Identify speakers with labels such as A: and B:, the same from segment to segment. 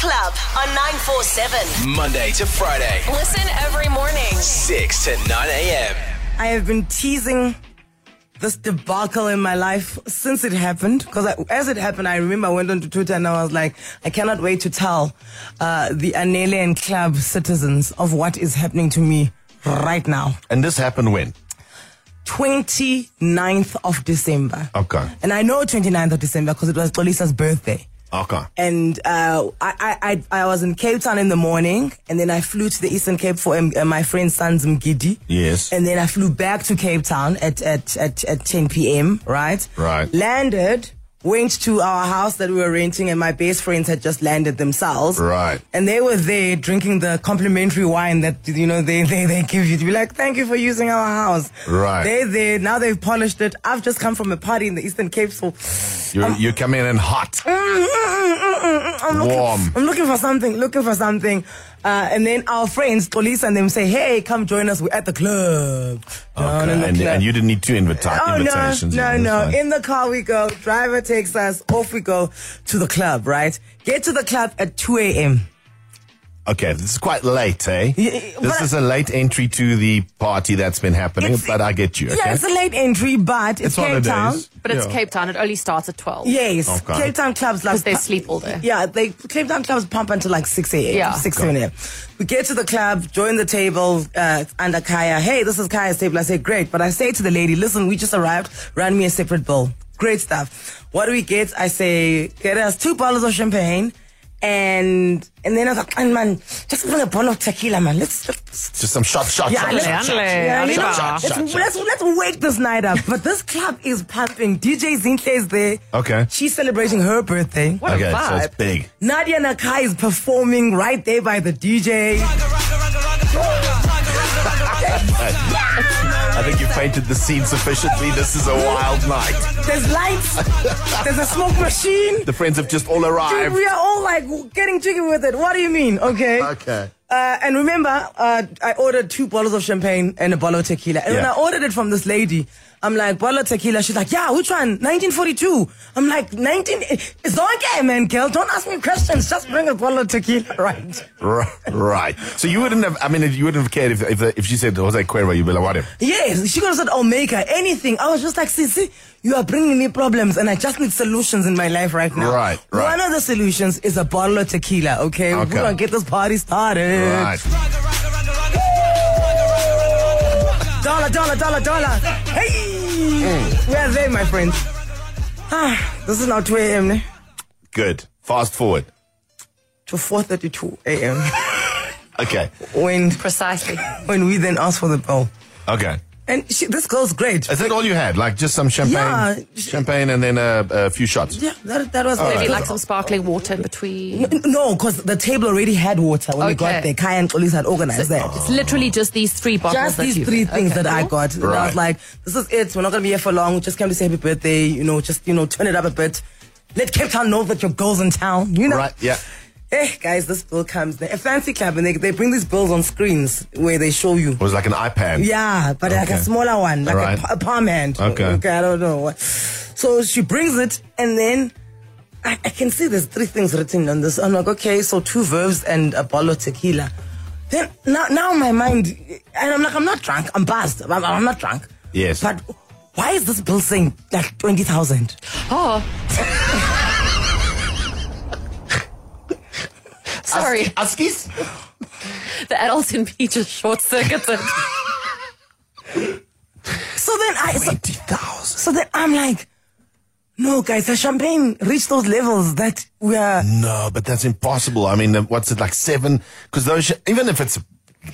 A: Club on 947.
B: Monday to Friday,
A: Listen every morning.
B: 6 to 9 a.m.
C: I have been teasing this debacle in my life since it happened. Because as it happened, I remember I went onto Twitter and I was like, I cannot wait to tell uh, the Anele and Club citizens of what is happening to me right now.
D: And this happened when?
C: 29th of December.
D: Okay.
C: And I know 29th of December because it was Tolisa's birthday.
D: Okay.
C: and uh, I, I, I I was in Cape Town in the morning, and then I flew to the Eastern Cape for um, uh, my friend Sanz Mgidi.
D: Yes.
C: And then I flew back to Cape Town at at, at, at 10 p.m. Right.
D: Right.
C: Landed. Went to our house that we were renting, and my best friends had just landed themselves.
D: Right.
C: And they were there drinking the complimentary wine that you know they they, they give you to be like, thank you for using our house.
D: Right.
C: They're there now. They've polished it. I've just come from a party in the Eastern Cape, so
D: You're, you're coming in hot.
C: Mm, mm, mm, mm, mm. I'm looking,
D: Warm.
C: I'm looking for something, looking for something. Uh, and then our friends, police, and them say, hey, come join us. We're at the club. Down
D: Okay.
C: in the
D: And,
C: club.
D: and you didn't need two invita-
C: Oh no,
D: invitations.
C: no,
D: Yeah,
C: no!
D: that's fine.
C: In the car we go. Driver takes us. Off we go to the club. Right? Get to the club at two a.m.
D: okay, this is quite late, eh?
C: Yeah,
D: this
C: but-
D: is a late entry to the party that's been happening,
C: It's-
D: but I get you, okay?
C: Yeah, it's a late entry, but it's,
D: It's
C: Cape
D: holidays.
C: Town.
E: But it's
D: Yeah.
E: Cape Town. It only starts at 12.
C: Yes,
D: Okay.
C: Cape Town clubs like
E: Because they sleep all day.
C: Yeah, they Cape Town clubs pump until like 6 a.m.
E: Yeah.
C: 6 7 a.m. We get to the club, join the table uh, under Kaya. Hey, this is Kaya's table. I say, great. But I say to the lady, listen, we just arrived. Run me a separate bill. Great stuff. What do we get? I say, get us two bottles of champagne. And and then I was like, "Man, man, just bring a bottle of tequila, man. Let's, let's
D: Just some shot, shot,
C: yeah,
D: shot,
C: let's,
D: shot, shot.
E: Andale,
C: yeah,
E: andale.
C: you know,
D: Shot, shot,
C: let's,
D: shot, shot.
C: let's- let's wake this night up. But this club is pumping. DJ Zinhle is there.
D: Okay.
C: She's celebrating her birthday.
E: What
D: okay,
E: a
D: so
E: vibe.
D: it's big.
C: Nadia Nakai is performing right there by the DJ.
D: I think you painted the scene sufficiently. This is a wild night.
C: There's lights. There's a smoke machine.
D: The friends have just all arrived.
C: We are all like getting jiggy with it. What do you mean? Okay.
D: Okay.
C: Uh, and remember, uh, I ordered two bottles of champagne and a bottle of tequila. And when
D: Yeah.
C: I ordered it from this lady, I'm like, bottle of tequila. She's like, yeah, which one? 1942. I'm like, 19. It's okay, man, girl. Don't ask me questions. Just bring a bottle of tequila, right?
D: Right. right. So you wouldn't have, I mean, you wouldn't have cared if, if, if she said Jose Cuervo, you'd be like, whatever.
C: Yes, she could have said Omega, anything. I was just like, see, see, you are bringing me problems and I just need solutions in my life right now.
D: Right, right.
C: One of the solutions is a bottle of tequila, okay?
D: Okay.
C: We're going to get this party started.
D: Right.
C: Dollar, dollar, dollar, dollar. Hey!
D: Mm.
C: Where are they, my friends? Ah, this is now 2 a.m. ne?
D: Good. Fast forward.
C: to 4.32 a.m.
D: Okay.
C: when,
E: Precisely.
C: when we then ask for the bill.
D: Okay.
C: And she, this girl's great.
D: Is that all you had? Like just some champagne,
C: Yeah.
D: champagne, and then a, a few shots.
C: Yeah, that, that was
E: Maybe
C: it.
E: like some sparkling water in between.
C: No, because the table already had water when we got
E: Okay.
C: there. Kai and Police had organized that.
E: It's literally just these three bottles.
C: Just
E: that
C: these
E: you-
C: three things
E: Okay.
C: that I got. And I
D: Right.
C: was like, this is it. We're not going to be here for long. We just came to say happy birthday. You know, just, you know, turn it up a bit. Let Cape Town know that your girl's in town. You know?
D: Right, yeah.
C: Eh, guys, this bill comes. A fancy club, and they, they bring these bills on screens where they show you.
D: It was like an iPad.
C: Yeah, but like a
D: Okay.
C: smaller one, like
D: Right.
C: a, pa- a palm hand.
D: Okay.
C: Okay, I don't know. what. So she brings it, and then I, I can see there's three things written on this. I'm like, okay, so two verbs and a bottle of tequila. Then now, now my mind, and I'm like, I'm not drunk. I'm buzzed. I'm, I'm not drunk.
D: Yes.
C: But why is this bill saying like twenty thousand?
E: Oh. Sorry,
D: Askies?
E: the adults in me just short circuited.
C: So then I, so,
D: 20,000.
C: so then I'm like, no, guys, the champagne reached those levels that we are.
D: No, but that's impossible. I mean, uh, what's it like seven? Because those, sh- even if it's a,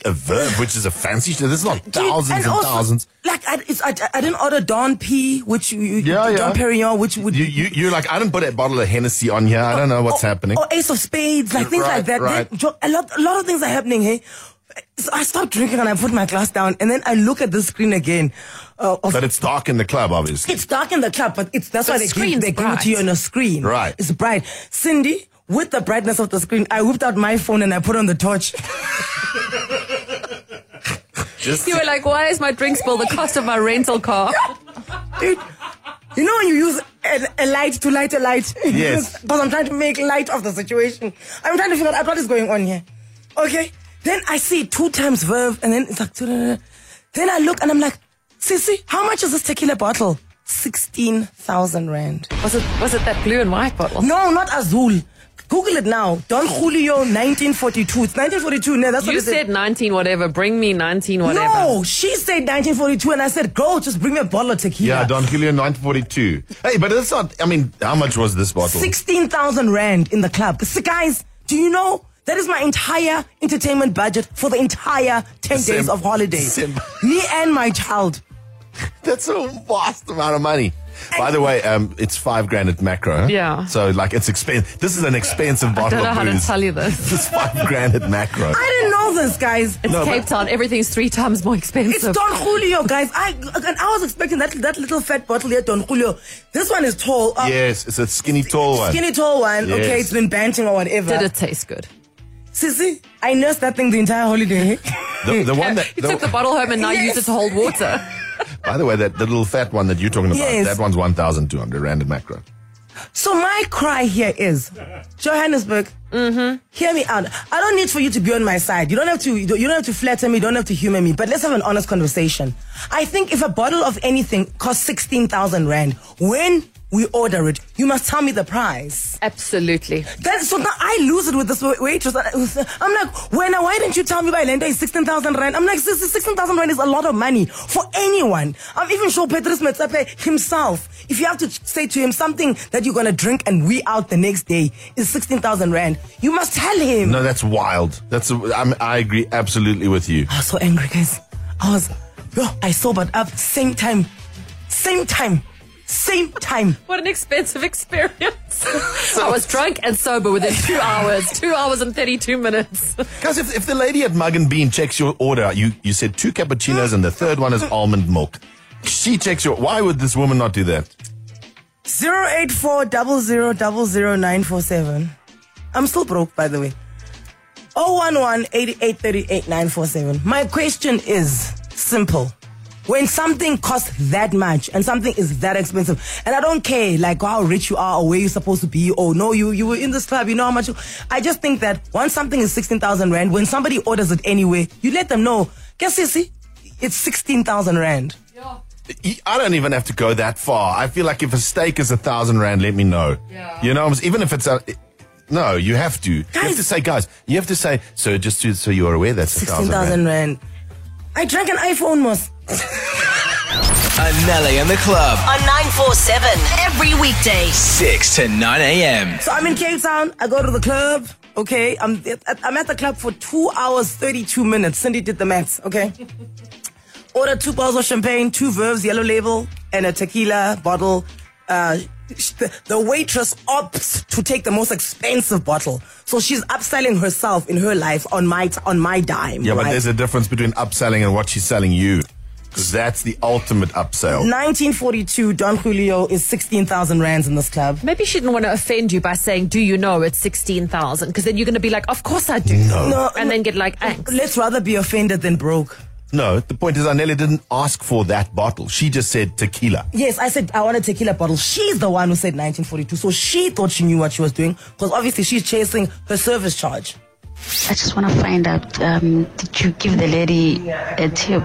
D: a verb, which is a fancy, sh- there's not
C: Dude,
D: thousands and,
C: also,
D: thousands.
C: Like I, it's, I, I didn't order Don P, which you, you,
D: Yeah, yeah.
C: Don Perignon, which would
D: You, you, you're like, I didn't put a bottle of Hennessy on here. I don't know what's
C: or,
D: happening.
C: Or Ace of Spades, like things
D: Right,
C: like that.
D: right.
C: Then, jo- a lot, a lot of things are happening here. So I stop drinking and I put my glass down, and then I look at the screen again. Uh, of,
D: But it's dark in the club, obviously.
C: it's dark in the club, but it's that's
E: The
C: why they give,
E: screen's
C: they give it
E: bright.
C: to you on a screen.
D: Right.
C: it's bright. Cindy, with the brightness of the screen, I whipped out my phone and I put on the torch.
D: Just,
E: You were like, why is my drinks bill the cost of my rental car?
C: Dude, you know when you use an, a light to light a light.
D: Yes.
C: Because I'm trying to make light of the situation. I'm trying to figure out what is going on here. Okay. Then I see two times Verve, and then it's like, "Da-da-da-da." then I look and I'm like, Sissy, how much is this tequila bottle? 16,000 Rand.
E: Was it was it that blue and white bottle?
C: No, not Azul. Google it now. Don Julio 1942. It's 1942. No, that's what it
E: you
C: is.
E: said 19 whatever. Bring me 19 whatever.
C: No, she said 1942, and I said, girl, just bring me a bottle of tequila.
D: Yeah, Don Julio 942. Hey, but that's not, I mean, how much was this bottle?
C: 16,000 Rand in the club. So guys, do you know? That is my entire entertainment budget for the entire 10
D: Sim-
C: days of holidays.
D: Sim-
C: Me and my child.
D: That's a vast amount of money. By the way, um, it's five grand at Macro.
E: Yeah.
D: So, like, it's expensive. This is an expensive
E: I
D: bottle
E: don't know
D: of
E: how to
D: booze.
E: tell you this.
D: It's five grand at Macro.
C: I didn't know this, guys.
E: It's
D: No,
E: Cape
D: but-
E: Town. Everything's three times more
C: It's
E: expensive.
C: Don Julio, guys. I and I was expecting that that little fat bottle here, Don Julio. This one is tall. Uh,
D: Yes, it's a skinny, tall one.
C: Skinny tall one.
D: Yes.
C: Okay, it's been banting or whatever.
E: Did it taste good?
C: Sissy, I nursed that thing the entire holiday.
D: The, the one that,
E: You took the bottle home and now
C: Yes.
E: use it to hold water.
D: by the way, that the little fat one that you're talking about,
C: Yes.
D: that one's 1,200 rand at Macro.
C: So my cry here is, Johannesburg. Hear me out. I don't need for you to be on my side. You don't have to. You don't you don't have to flatter me. You don't have to humor me. But let's have an honest conversation. I think if a bottle of anything costs sixteen thousand rand, when we order it, you must tell me the price.
E: Absolutely.
C: Then so now I lose it with this wa- waitress. I'm like, when? Why didn't you tell me by Lenda is sixteen thousand rand? I'm like, sis, sixteen thousand rand is a lot of money for anyone. I'm even sure Petrus Metsape himself. If you have to say to him something that you're gonna drink and we out the next day is sixteen thousand rand, you must tell him.
D: No, that's wild. That's a, I'm, I agree absolutely with you.
C: I was so angry, guys. I was, yo, I sobered up. Same time, same time, same time.
E: What an expensive experience. I was drunk and sober within two hours. Two hours and 32 minutes.
D: Guys, if, if the lady at Mug and Bean checks your order, you, you said two cappuccinos and the third one is almond milk. She checks your. Why would this woman not do that?
C: Zero eight four double zero double zero nine four seven. I'm still broke, by the way. 011 8838 947. My question is simple. When something costs that much and something is that expensive, and I don't care like how rich you are or where you're supposed to be, or no, you you were in this club, you know how much. you- I just think that once something is sixteen thousand rand, when somebody orders it anyway, you let them know. Guess you see, it's sixteen thousand rand.
D: E- I don't even have to go that far. I feel like if a steak is a thousand rand, let me know.
E: Yeah.
D: You know, even if it's a. No, you have to. you have
C: Guys.
D: to say, guys. You have to say. So just to, so you are aware, that's a
C: Sixteen
D: thousand
C: thousand
D: rand.
C: rand. I drank an iPhone, Moss.
B: Anele in the club,
A: on 947 every weekday.
B: 6 to 9 a.m.
C: So I'm in Cape Town. I go to the club. Okay, I'm at- I'm at the club for two hours thirty-two minutes. Cindy did the maths. Okay, order two bottles of champagne, two verves, yellow label, and a tequila bottle. Uh, sh- the, the waitress opts to take the most expensive bottle, so she's upselling herself in her life on my t- on my dime.
D: Yeah, but
C: right?
D: there's a difference between upselling and what she's selling you, because that's the ultimate upsell.
C: 1942 Don Julio is sixteen thousand rands in this club.
E: Maybe she didn't want to offend you by saying, Do you know it's 16,000? Because then you're going to be like, Of course I do. No.
C: No,
E: And then get like angst.
C: let's rather be offended than broke.
D: No, the point is, Anelli didn't ask for that bottle. She just said tequila.
C: Yes, I said I want a tequila bottle. She's the one who said 1942, so she thought she knew what she was doing because obviously she's chasing her service charge.
F: I just want to find out um, did you give the lady a tip?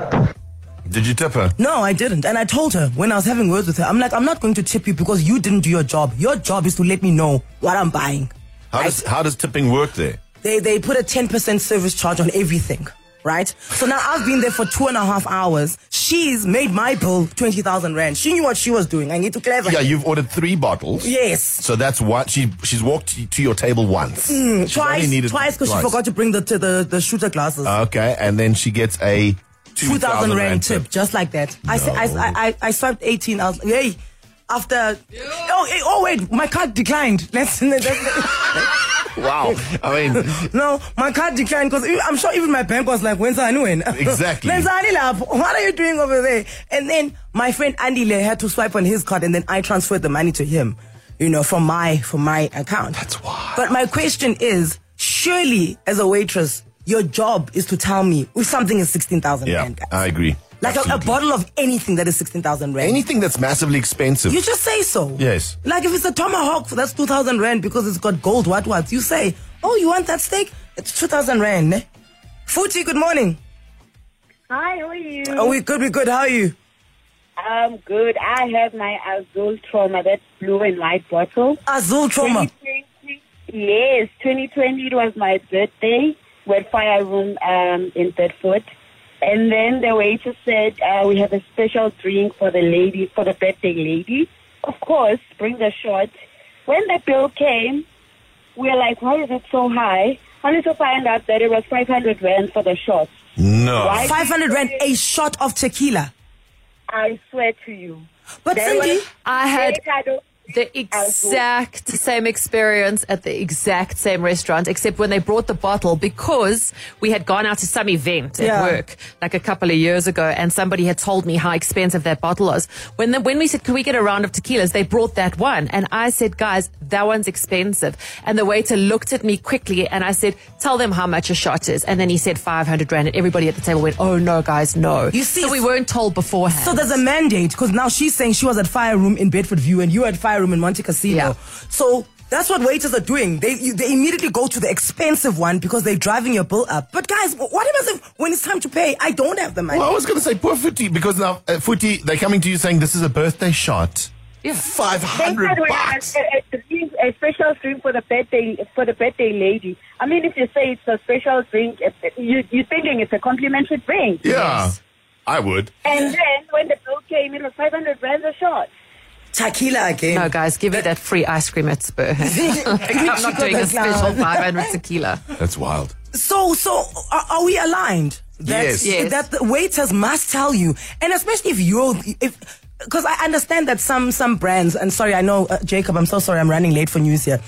D: Did you tip her?
C: No, I didn't, and I told her when I was having words with her, I'm like, I'm not going to tip you because you didn't do your job. Your job is to let me know what I'm buying.
D: How does how does tipping work there?
C: They they put a 10% service charge on everything, right? So now I've been there for two and a half hours. She's made my bill 20,000 rand. She knew what she was doing. I need to clarify.
D: Yeah, you've ordered three bottles.
C: Yes.
D: So that's what she she's walked to- to your table once. She's only
C: Hmm, Twice,
D: needed
C: twice because she forgot to bring the the, the, the shooter glasses.
D: Okay, and then she gets a two
C: 2000 rand tip, just like that. I, sa- I, I, I, I swiped 18. I was, yay. After, oh, eh, oh wait, my card declined. Let's, let's-
D: Wow, I mean,
C: no, my card declined because I'm sure even my bank was like, when's when?
D: Exactly.
C: Wenzani lab, what are you doing over there? And then my friend Andy Le had to swipe on his card and then I transferred the money to him, you know, from my, from my account.
D: That's wild.
C: But my question is, surely as a waitress, your job is to tell me if something is 16,000
D: yeah,
C: rand, guys.
D: I agree.
C: Like a, a
D: Absolutely.
C: bottle of anything that is 16,000 rand.
D: Anything that's massively expensive.
C: You just say so.
D: Yes.
C: Like if it's a tomahawk, that's 2,000 rand because it's got gold, what, what. You say, oh, you want that steak? It's 2,000 rand. ne? Futi, good morning.
G: Hi, how are you?
C: Oh, we good, we good. How are you?
G: I'm good. I have my Azul trauma, that blue and white bottle.
C: Azul trauma.
G: 2020 Yes, 2020 it was my birthday. We had fire room um, in Bedford. And then the waiter said, uh, we have a special drink for the lady, for the birthday lady. Of course, bring the shot. When the bill came, we were like, why is it so high? Only to find out that it was 500 rand for the shot.
D: no.
G: Why-
C: 500 rand, a shot of tequila.
G: I swear to you.
C: But
G: There
C: Cindy,
G: was-
E: I had
G: I don't-
E: the exact same experience at the exact same restaurant, except when they brought the bottle because we had gone out to some event at
C: Yeah.
E: work like a couple of years ago, and somebody had told me how expensive that bottle was. When the, when we said, "Can we get a round of tequilas?" they brought that one, and I said, "Guys, that one's expensive." And the waiter looked at me quickly, and I said, "Tell them how much a shot is." And then he said, 500 rand, and everybody at the table went, "Oh no, guys, no!"
C: You see,
E: so we weren't told beforehand.
C: so there's a mandate because now she's saying she was at Fire Room in Bedford View and you were at Fire Room in Monte Cassino.
E: Yeah.
C: So that's what waiters are doing. They you, they immediately go to the expensive one because they're driving your bill up. But guys, wh- what happens if when it's time to pay, I don't have the money?
D: Well, I was going to say poor Footy because now uh, Footy they're coming to you saying this is a birthday shot.
E: Yeah.
D: Five
G: They
D: hundred
G: said we have
D: bucks.
G: a, a, drink- a special drink for the birthday for the birthday lady. I mean, if you say it's a special drink, it- it- you, you're thinking it's a complimentary drink.
D: Yeah, I would.
G: And then when the bill came, it was 500 rand a shot.
C: Tequila again.
E: No, guys, give me that free ice cream at Spur. I'm not doing a special 500 tequila.
D: That's wild.
C: So, so are, are we aligned? That,
D: Yes.
E: Yes.
C: That the waiters must tell you, and especially if you're if. Because I understand that some some brands, and sorry, I know uh, Jacob, I'm so sorry, I'm running late for news here,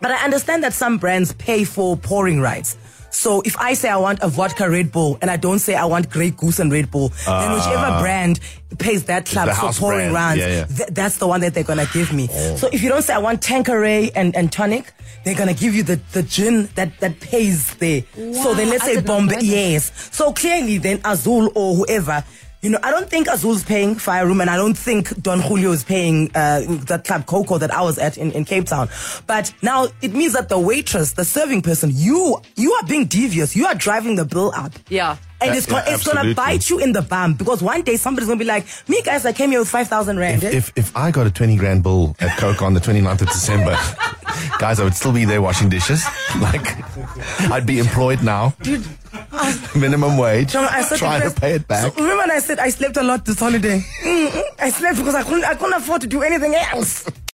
C: but I understand that some brands pay for pouring rights. So if I say I want a vodka Red Bull and I don't say I want Grey Goose and Red Bull, then whichever brand pays that club
D: Ah. the
C: for
D: house
C: pouring
D: brand.
C: rounds,
D: Yeah, yeah.
C: th- that's the one that they're gonna give me.
D: Oh.
C: So if you don't say I want Tanqueray and, and tonic, they're gonna give you the, the gin that, that pays there. So then let's
E: I
C: say
E: did not
C: Bombay,
E: know that.
C: yes. So clearly then Azul or whoever, you know, I don't think Azul's paying Fire Room and I don't think Don Julio is paying uh, that club Coco that I was at in, in Cape Town. But now it means that the waitress, the serving person, you you are being devious. You are driving the bill up.
E: Yeah.
C: And
D: That-
C: it's, go-
D: yeah,
C: it's gonna
D: absolutely.
C: bite you in the bum because one day somebody's gonna be like, me guys, I came here with 5,000 rand.
D: If, if if I got a twenty grand bill at Coke on the 29th of December, guys, I would still be there washing dishes. Like, I'd be employed now, minimum wage,
C: John, I said
D: trying
C: the
D: to
C: best-
D: pay it back.
C: So, remember when I said I slept a lot this holiday? Mm-mm, I slept because I couldn't I couldn't afford to do anything else.